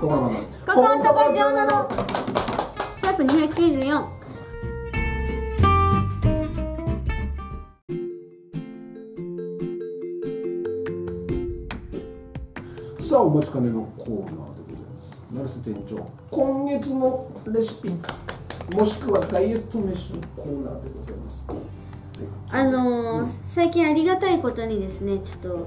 ここねここんとこ上なのシャープ294さあお待ちかねのコーナーでございます成瀬店長今月のレシピもしくはダイエット飯のコーナーでございますあのー最近ありがたいことにですねちょっと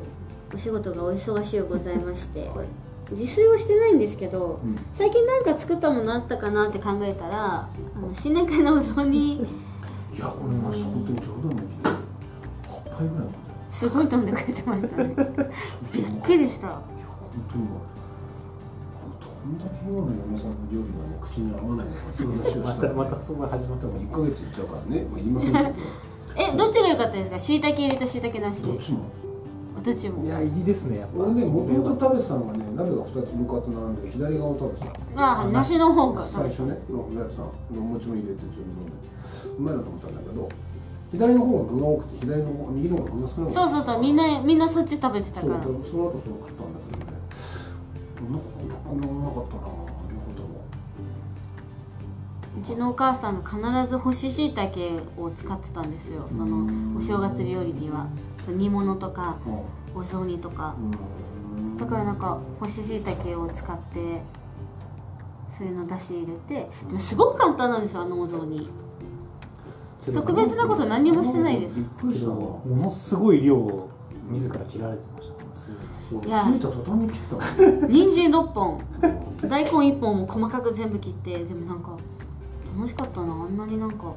お仕事がお忙しいようございまして、 はい自炊をしてないんですけど、うん最近なんか作ったものあったかなって考えたらあの新年会のお雑 煮いやこれました本当に冗談抜きで8杯ぐらい飲んだよすごい飛んでくれてましたねびっ本くりした当にもうどんだけ今の嫁さんの料理がね口に合わないのかっていう話をましたたらまたそんな始まっ多たも分ん1ヶ月いっちゃうからね、まあ、言いませんけえどっちが良かったですかしいたけ入れたしいたけなしどどっちもどっちいもやいいですねやっぱ俺ねもともと食べてたのがね鍋が2つ向かって並んで左側を食べてたああ梨の方が最初ね、おやつさん、お餅も入れて、ちょっと飲んで、うまいなと思ったんだけど、左の方が具が多くて、左の方が右の方が具が少なかった。そうそうそうみんなみんなそっち食べてたそかうらだからその後その食ったんだけどね、なんかこんなうまかったな、両方とも。うちのお母さんが必ず干し椎茸を使ってたんですよそのお正月料理には煮物とかお雑煮とかうんだからなんか干し椎茸を使ってそれの出汁入れてでもすごく簡単なんですよあのお雑煮けど特別なこと何にもしてないですびっくりけしたどわ。ものすごい量を自ら切られてましたねすごい俺いやついた途端に切ったも人参6本んうん大根1本も細かく全部切ってでもなんか楽しかったなあんなになんか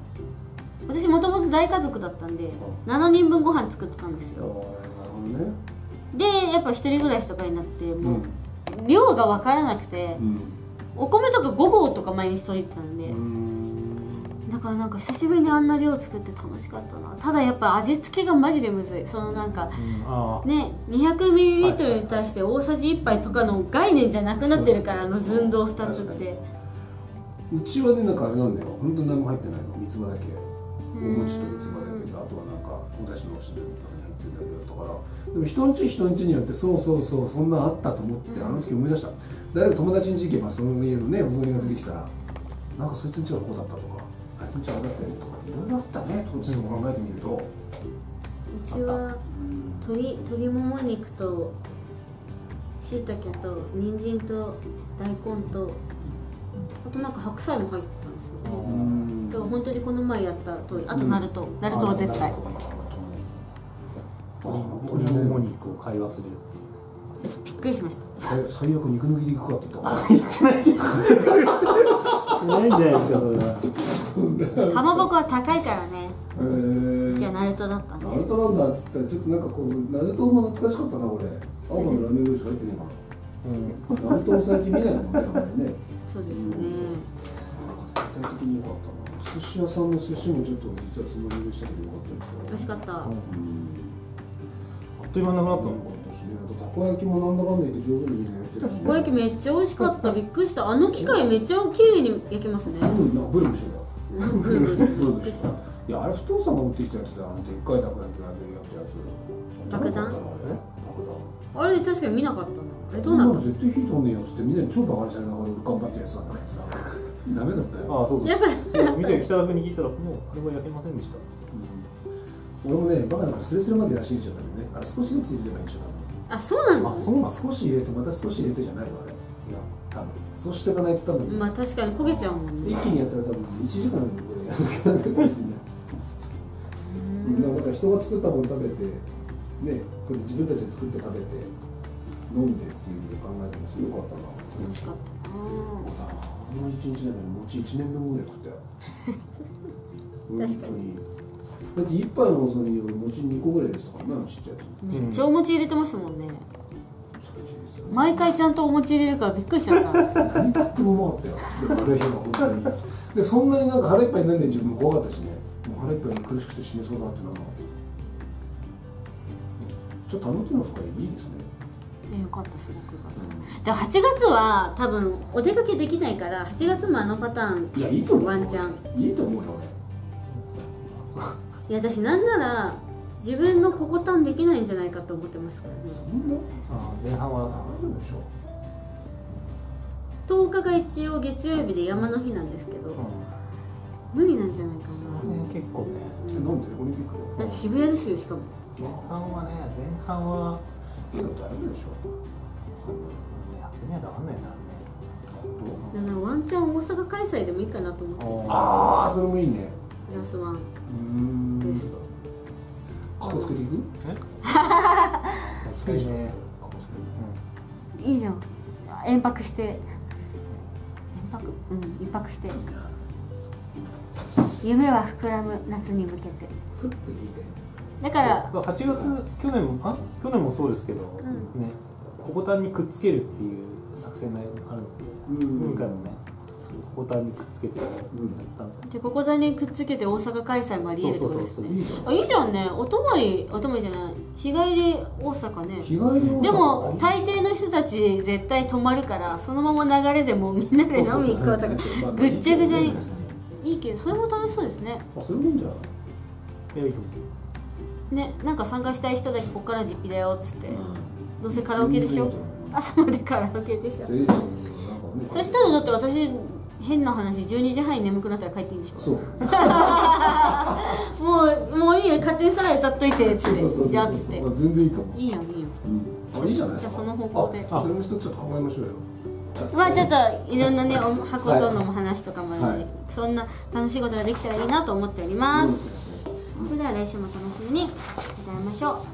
私もともと大家族だったんで7人分ご飯作ってたんですあーなるよほどね。でやっぱ一人暮らしとかになってうもんう量が分からなくてうんお米とか5合とか毎日といてたんでうんだからなんか久しぶりにあんな量作って楽しかったなただやっぱ味付けがマジでむずいそのなんかうんああね 200ml に対して大さじ1杯とかの概念じゃなくなってるからあの寸胴2つってうちはねなんかあれなんだよ本当に何も入ってないの三つ葉だけおん餅と三つ葉だけであとはなんかおだしのお汁とかに入ってるんだけどだからでも人んち人んちによってそうそうそうそんなんあったと思って、うんあの時思い出した誰か友達に行けばその家のねお雑煮が出てきたらなんかそいつんちはこうだったとかあいつんちはあれだったよねとかいろいろあったね当時と考えてみると、うちは鶏鶏もも肉としいたけと人参と大根とあとなんか白菜も入ってたんですよねうんだから本当にこの前やった通りあとナルト、ナルトは絶対あお俺ももね肉を買い忘れるびっくりしました最最悪肉抜きでいくかって言ったから言ってないじゃんないんじゃないですかそれはかまぼこは高いからねえーうちはナルトだったんでナすルトなんだっつったらちょっとなんかこうナルトも懐かしかったな俺青のラーメンぐらいしか入ってねうえんからナルトも最近見ないもんねたまにねそうですね絶対的に良かったな寿司屋さんの寿司もちょっと実はつまみ食いしたけど良かった美味ですしよかった、ううんんあっという間なくなった良のかったしねあとたこ焼きもなんだかんだ言って上手にねやってるしねたこ焼きめっちゃ美味しかったびっくりしたあの機械めっちゃ綺麗に焼けますねうんなんかブルブルしてたようんブルブルしてたブルブルびっくりししたたいやあれ不動産が持ってきたやつだあのでっかいたこ焼きが出るやつやつ爆弾なんだったのあれ爆弾あれ確かに見なかったなあれどそんうななったの絶対火通んねえよっつってみんなに超バカにされながら頑張ってやつなんだからさダメだったよ、ああそうそうやっぱりでも見て北田君に聞いたらもうあれは焼けませんでしたうん俺もねバカだからスレスレまでらしいじゃんだけどねあれ少しずつ入れればいいんでしょあそうなあのそう多なん分少し入れてまた少し入れてじゃないのあれ多分そうしていかないと多分、まあ確かに焦げちゃうもんね一気にやったら多分1時間ぐらいやらなきゃいけないかもしれないだからなんか人が作ったもの食べてねこれ自分たちで作って食べて飲んでっていう考えてもすごかったな美味しかったなもうさあの一日だけで餅一年分ぐらい食ったよ確かに本当だって一杯のお雑煮俺餅二個ぐらいですからなちっちゃい時めっちゃお餅入れてましたもんねですよ毎回ちゃんとお餅入れるからびっくりしちゃ った何食ってもうまかったよであれは本当にでそんなになんか腹いっぱいになんない自分も怖かったしねもう腹いっぱいに苦しくて死ねそうだなってなのちょっとあの手の深いいいですね、えよかったすごくよかったで8月は多分お出かけできないから8月もあのパターンいやいいと思うワンチャンいいと思うよ俺いや私なんなら自分のここたんできないんじゃないかと思ってますからねそんなああ前半は大丈夫でしょ10日が一応月曜日で山の日なんですけどう無理なんじゃないかんね、結構ねえなんでオリンピックなだでって渋谷ですよしかも前半はね前半はでも大丈夫でしょそんな100メートルあんなどういなだからワンチャン大阪開催でもいいかなと思ってるんですよああそれもいいねプラスワンうーんですカッコつけていくえつ確かけでしにょねカッコつけいいじゃん延泊して延泊うん一泊してていいな夢は膨らむ夏に向けてふって聞いてだから8月去年もあ去年もそうですけど、んねここ単にくっつけるっていう作戦があるのでうん今回もねここ単にくっつけてやったんだじゃあここ座にくっつけて大阪開催もありえるってことですねいいじゃんあいいじゃんねお泊まりお泊まりじゃない日帰り大阪ね日帰り大阪でも大抵の人たち絶対泊まるからそのまま流れでもうみんなで飲み行こうとかぐっちゃぐちゃにいいけどそれも楽しそうですねあそれもいいんじゃないいやいいとねなんか参加したい人だけここから実費だよっつって、うどうせカラオケでしいいょと思う朝までカラオケでしょそれ以上になんかねそしたらだって私変な話12時半に眠くなったら帰っていいんでしょそう もうもういいよ勝手にさらに歌っといてっつそうっそうそうそうてじゃあっつってあ全然いいかもいいやんいいようんあいいじゃないですかじゃあその方向であそれも一つちょっと考えましょうよまあちょっといろんなねお箱とのお話とかもあるので、はいそんな楽しいことができたらいいなと思っております、それでは来週も楽しみにいただきましょう